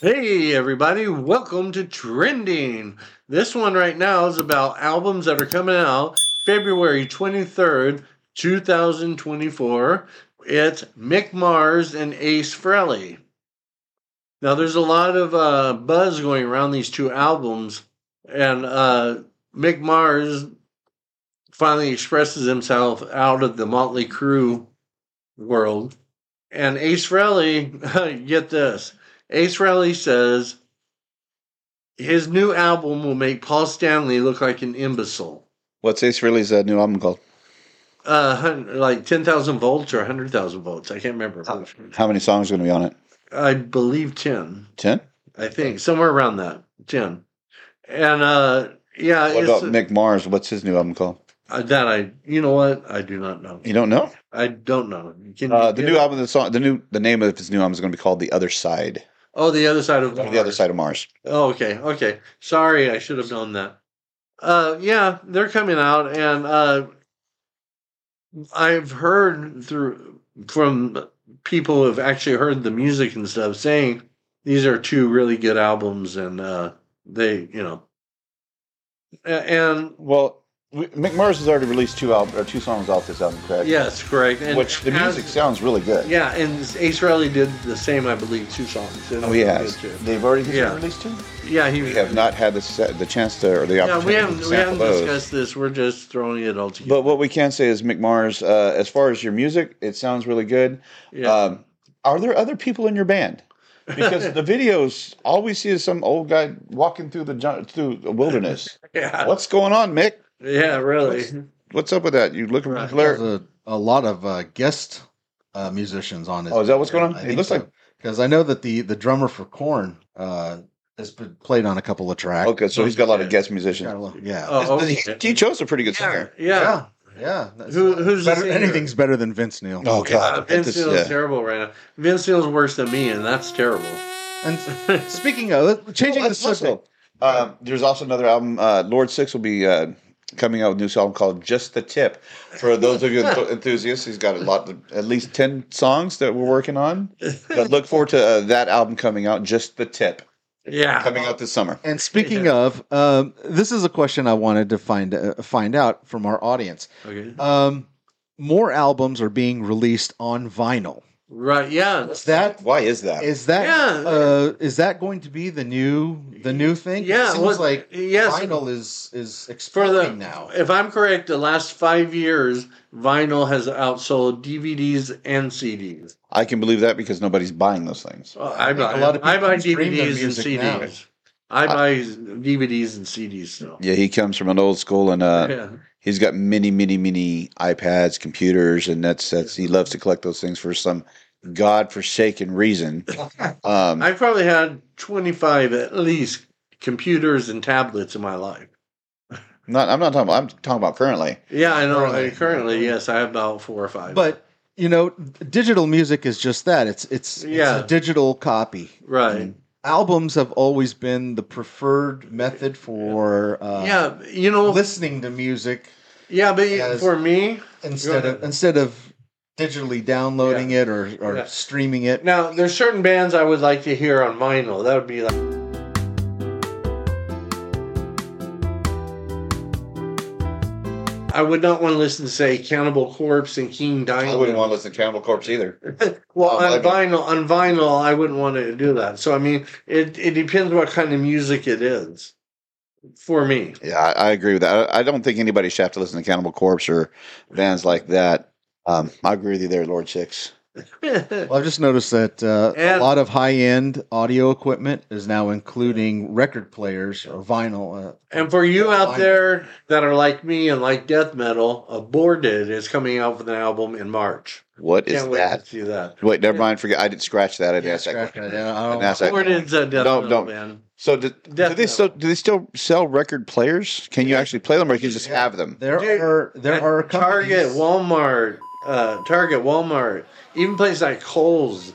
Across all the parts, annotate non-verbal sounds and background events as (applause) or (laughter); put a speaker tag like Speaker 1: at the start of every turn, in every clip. Speaker 1: Hey, everybody, welcome to Trending. This one right now is about albums that are coming out February 23rd, 2024. It's Mick Mars and Ace Frehley. Now, there's a lot of uh, buzz going around these two albums, and uh, Mick Mars finally expresses himself out of the Motley Crue world. And Ace Frehley, (laughs) get this. Ace Riley says his new album will make Paul Stanley look like an imbecile.
Speaker 2: What's Ace Frehley's uh, new album called?
Speaker 1: Uh, hun- like 10,000 volts or 100,000 volts. I can't remember.
Speaker 2: How- How many songs are going to be on it?
Speaker 1: I believe 10.
Speaker 2: Ten.
Speaker 1: I think somewhere around that. 10. And, uh, yeah,
Speaker 2: What
Speaker 1: it's,
Speaker 2: about Mick Mars? What's his new album called?
Speaker 1: uh, that I, you know what? I do not know.
Speaker 2: You don't know.
Speaker 1: I don't know. Can you
Speaker 2: Uh, the
Speaker 1: get
Speaker 2: new
Speaker 1: it?
Speaker 2: album, the song, the new, the name of his new album is going to be called "The Other Side."
Speaker 1: Oh, the other side of
Speaker 2: The Other Side of Mars.
Speaker 1: Oh, okay, okay. Sorry, I should have known that. Uh, yeah, they're coming out, and uh, I've heard through from people who have actually heard the music and stuff saying these are two really good albums, and uh, they, you know, A- and
Speaker 2: Well, we- Mick Mars has already released two album or two songs off this album, correct?
Speaker 1: yes, correct. And
Speaker 2: Which the
Speaker 1: as-
Speaker 2: music sounds really good.
Speaker 1: yeah, and Ace Riley did the same, I believe, two songs. and
Speaker 2: Oh, he
Speaker 1: it was
Speaker 2: has.
Speaker 1: good, too.
Speaker 2: They've already he's
Speaker 1: Yeah.
Speaker 2: released two.
Speaker 1: Yeah, he
Speaker 2: We have not had the se- the chance to or the
Speaker 1: Yeah,
Speaker 2: opportunity
Speaker 1: we haven't
Speaker 2: to
Speaker 1: we haven't
Speaker 2: sample those.
Speaker 1: discussed this. We're just throwing it all together.
Speaker 2: But what we can say is Mick Mars, uh, as far as your music, it sounds really good.
Speaker 1: yeah.
Speaker 2: Um, are there other people in your band? Because the videos, all we see is some old guy walking through the jun- through the wilderness.
Speaker 1: yeah.
Speaker 2: What's going on, Mick?
Speaker 1: Yeah, really.
Speaker 2: What's up with that? You looking
Speaker 1: Right.
Speaker 2: Larry?
Speaker 3: There's a, a lot of uh, guest uh, musicians on it.
Speaker 2: Oh, is that what's going on?
Speaker 3: I
Speaker 2: It
Speaker 3: think
Speaker 2: looks
Speaker 3: so.
Speaker 2: like-
Speaker 3: because I know that the the drummer for Corn uh, has been played on a couple of tracks.
Speaker 2: Okay, so he's got a lot of guest
Speaker 3: Got a
Speaker 2: musicians.
Speaker 3: lot- Yeah.
Speaker 1: Oh,
Speaker 2: He,
Speaker 1: okay.
Speaker 2: he chose a pretty good
Speaker 1: yeah,
Speaker 2: singer.
Speaker 1: yeah.
Speaker 3: yeah, yeah. That's-
Speaker 1: Who, who's
Speaker 3: better,
Speaker 1: the singer?
Speaker 3: anything's better than Vince Neil.
Speaker 1: Uh,
Speaker 2: Oh God,
Speaker 1: Vince
Speaker 2: This-
Speaker 1: Neil's
Speaker 2: yeah.
Speaker 1: terrible right now. Vince Neil's worse than me, and that's terrible.
Speaker 3: And speaking of
Speaker 2: Well,
Speaker 3: changing the
Speaker 2: let's- let's
Speaker 3: subject,
Speaker 2: go. Um, there's also another album. Uh, Lord Six will be uh, coming out with a new song called "Just the Tip." For
Speaker 1: (laughs)
Speaker 2: those of you enthu- enthusiasts, he's got a lot, at least ten songs that we're working on. But look forward to uh, that album coming out. Just the tip
Speaker 1: yeah.
Speaker 2: coming out this summer.
Speaker 3: And speaking of, um, this is a question I wanted to find uh, find out from our audience.
Speaker 1: Okay.
Speaker 3: Um, more albums are being released on vinyl.
Speaker 1: Right. Yeah.
Speaker 3: Is that
Speaker 2: Why is that?
Speaker 3: is that
Speaker 1: Yeah.
Speaker 3: uh, is that going to be the new the new thing?
Speaker 1: Yeah,
Speaker 3: it seems
Speaker 1: well,
Speaker 3: like
Speaker 1: yes.
Speaker 3: vinyl is is exploding now.
Speaker 1: If I'm correct, the last five years, vinyl has outsold DVDs and CDs.
Speaker 2: I can believe that because nobody's buying those things.
Speaker 1: Uh, I
Speaker 3: think
Speaker 1: buy
Speaker 3: a lot of
Speaker 1: I
Speaker 3: people
Speaker 1: buy
Speaker 3: stream their
Speaker 1: DVDs and
Speaker 3: music
Speaker 1: CDs.
Speaker 3: now.
Speaker 1: I buy DVDs and CDs still.
Speaker 2: Yeah, he comes from an old school, and uh,
Speaker 1: yeah.
Speaker 2: he's got many, many, many iPads, computers, and that's that's he loves to collect those things for some
Speaker 1: (laughs)
Speaker 2: godforsaken reason. Um,
Speaker 1: I probably had 25 at least computers and tablets in my life.
Speaker 2: Not, I'm not talking. About, I'm talking about currently.
Speaker 1: Yeah, I know.
Speaker 3: Currently.
Speaker 1: Currently, currently yes, I have about four or five.
Speaker 3: But you know, digital music is just that. It's it's,
Speaker 1: Yeah.
Speaker 3: it's a digital copy.
Speaker 1: right,
Speaker 3: Albums have always been the preferred method for
Speaker 2: um,
Speaker 3: uh,
Speaker 1: yeah, you know,
Speaker 3: listening to music
Speaker 1: yeah, but
Speaker 3: Yes.
Speaker 1: for me
Speaker 3: instead
Speaker 1: ahead.
Speaker 3: of instead of digitally downloading it or, or
Speaker 1: Yeah.
Speaker 3: streaming it.
Speaker 1: now, there's certain bands I would like to hear on vinyl. That would be like I would not want to listen to say Cannibal Corpse and King
Speaker 2: I
Speaker 1: Diamond.
Speaker 2: wouldn't want to listen to Cannibal Corpse either.
Speaker 1: (laughs) Well,
Speaker 2: Oh,
Speaker 1: on
Speaker 2: okay.
Speaker 1: vinyl, on vinyl, I wouldn't want to do that. So I mean, it it depends what kind of music it is. For me, (laughs)
Speaker 2: Yeah, I, I agree with that. I, I don't think anybody should have to listen to Cannibal Corpse or bands like that. Um, I agree with you there, Lord Six.
Speaker 3: Well, I've just noticed that uh, a
Speaker 1: And-
Speaker 3: lot of high-end audio equipment is now including record players or vinyl. Uh,
Speaker 1: and for you out
Speaker 3: Vinyl.
Speaker 1: there that are like me and like death metal, Aborted is coming out with an album in March.
Speaker 2: What is
Speaker 1: Can't wait
Speaker 2: that?
Speaker 1: to see that.
Speaker 2: Wait, never mind. Forget. I didn't scratch that. I didn't ask that.
Speaker 3: scratch
Speaker 2: question.
Speaker 3: that. I don't-
Speaker 2: And that's-
Speaker 1: Aborted's a death
Speaker 2: No,
Speaker 1: metal
Speaker 2: don't.
Speaker 1: band.
Speaker 2: So, do, do
Speaker 1: Death
Speaker 2: they
Speaker 1: metal.
Speaker 2: still do they still sell record players? Can you actually play them, or can you just
Speaker 3: Yeah.
Speaker 2: have them?
Speaker 3: There
Speaker 1: Dude,
Speaker 3: are there
Speaker 1: And
Speaker 3: are
Speaker 1: Target,
Speaker 3: companies-
Speaker 1: Walmart, uh, Target, Walmart, even places like Kohl's,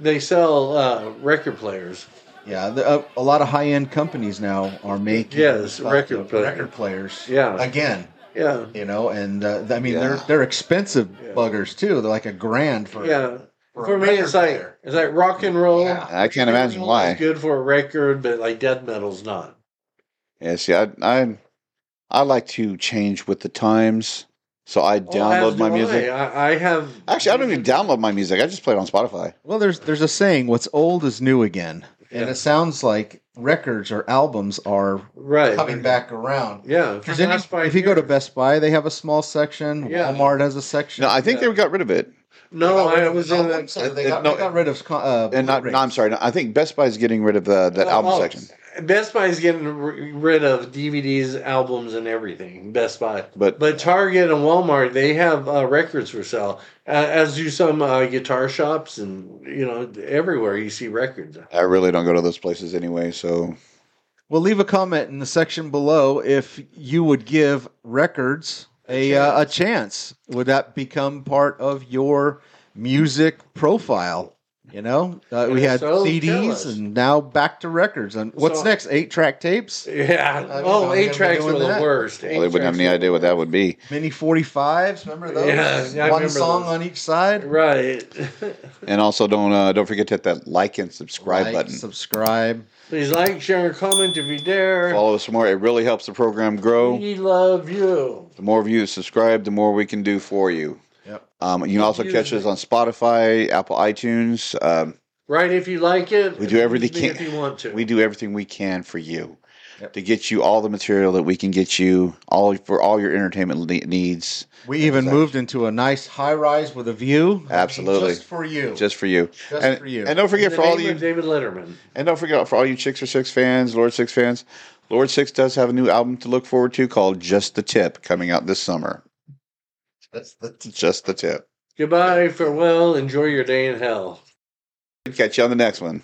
Speaker 1: they sell uh, record players.
Speaker 3: Yeah, the, uh, a lot of high-end companies now are making
Speaker 1: Yes, record
Speaker 3: uh,
Speaker 1: player.
Speaker 3: record players.
Speaker 1: Yeah.
Speaker 3: again,
Speaker 1: Yeah,
Speaker 3: you know, and uh, I mean
Speaker 2: Yeah.
Speaker 3: they're they're expensive
Speaker 1: Yeah.
Speaker 3: buggers too. They're like a grand for
Speaker 1: yeah. For,
Speaker 4: a
Speaker 1: me,
Speaker 4: record
Speaker 1: it's like
Speaker 4: player.
Speaker 1: it's like rock and roll.
Speaker 4: Yeah.
Speaker 2: I can't imagine
Speaker 1: It's
Speaker 2: why.
Speaker 1: good for a record, but like death metal's not.
Speaker 2: Yeah, see, I, I, I like to change with the times, so I download
Speaker 1: As
Speaker 2: my
Speaker 1: do
Speaker 2: music.
Speaker 1: I. I, I have
Speaker 2: Actually, I don't even download my music. I just play it on Spotify.
Speaker 3: Well, there's there's a saying: "What's old is new again," and
Speaker 1: Yeah.
Speaker 3: it sounds like records or albums are
Speaker 1: right
Speaker 3: coming back around.
Speaker 1: Yeah, for
Speaker 3: Because
Speaker 1: the
Speaker 3: then
Speaker 1: last
Speaker 3: if,
Speaker 1: five
Speaker 3: if you go to
Speaker 1: years.
Speaker 3: Best Buy, they have a small section.
Speaker 1: Yeah.
Speaker 3: Walmart has a section.
Speaker 2: No, I think
Speaker 1: Yeah.
Speaker 2: they got rid of it.
Speaker 3: They
Speaker 1: no,
Speaker 3: got rid
Speaker 1: I
Speaker 3: of-
Speaker 1: was
Speaker 3: no,
Speaker 1: in
Speaker 3: I'm
Speaker 1: the
Speaker 3: sorry, they
Speaker 2: it-
Speaker 3: got,
Speaker 2: no,
Speaker 3: they got rid of. con- Uh,
Speaker 2: And not,
Speaker 3: Blu-rays.
Speaker 2: no, I'm sorry. No, I think Best Buy is getting rid of the that
Speaker 1: Oh,
Speaker 2: album
Speaker 1: oh.
Speaker 2: section.
Speaker 1: Best Buy is getting r- rid of DVDs, albums, and everything. Best Buy,
Speaker 2: But
Speaker 1: but Target and Walmart they have uh, records for sale, uh, as do some uh, guitar shops and you know everywhere you see records.
Speaker 2: I really don't go to those places anyway. So
Speaker 3: Well, leave a comment in the section below if you would give records a uh, a chance. Would that become part of your music profile? You know, uh, we
Speaker 1: Yeah,
Speaker 3: had
Speaker 1: so tell us.
Speaker 3: CDs and now back to records. And what's
Speaker 1: So-
Speaker 3: next? Eight track tapes,
Speaker 1: Yeah.
Speaker 3: I don't
Speaker 1: oh,
Speaker 3: know,
Speaker 1: eight
Speaker 3: they're
Speaker 1: tracks
Speaker 3: doing
Speaker 1: were the
Speaker 3: that.
Speaker 1: worst.
Speaker 2: well, they wouldn't have any
Speaker 1: Eight-tracks
Speaker 2: idea what that would be.
Speaker 3: mini forty fives. Remember those?
Speaker 1: Yeah, yeah, I
Speaker 3: one
Speaker 1: remember
Speaker 3: song
Speaker 1: those.
Speaker 3: on each side.
Speaker 1: were- Right. (laughs)
Speaker 2: And also, don't uh, don't forget to hit that like and subscribe
Speaker 3: Like,
Speaker 2: button.
Speaker 3: Subscribe.
Speaker 1: Please like, share, and comment if you dare.
Speaker 2: Follow us some more. It really helps the program grow.
Speaker 1: We love you.
Speaker 2: The more of you subscribe, the more we can do for you.
Speaker 3: Yep.
Speaker 2: Um, you can also
Speaker 1: Use
Speaker 2: catch
Speaker 1: it.
Speaker 2: us on Spotify, Apple iTunes. Um,
Speaker 1: Right if you like it.
Speaker 2: We do everything
Speaker 1: leave it
Speaker 2: can-
Speaker 1: if you want to.
Speaker 2: we do everything we can for you
Speaker 3: Yep.
Speaker 2: to get you all the material that we can get you all for all your entertainment le- needs,
Speaker 3: We even
Speaker 2: Exactly.
Speaker 3: moved into a nice high rise with a view.
Speaker 2: Absolutely.
Speaker 3: Just for you. Just,
Speaker 2: just for you. and,
Speaker 3: for you.
Speaker 2: And don't
Speaker 1: In
Speaker 2: forget
Speaker 1: the
Speaker 2: for all
Speaker 1: name
Speaker 2: you
Speaker 1: of David Letterman.
Speaker 2: and don't forget for all you chicks or six fans, Lord Six fans. Lord Six does have a new album to look forward to called Just the Tip coming out this summer.
Speaker 3: That's the
Speaker 2: Just the Tip.
Speaker 1: Goodbye, farewell, enjoy your day in hell.
Speaker 2: Catch you on the next one.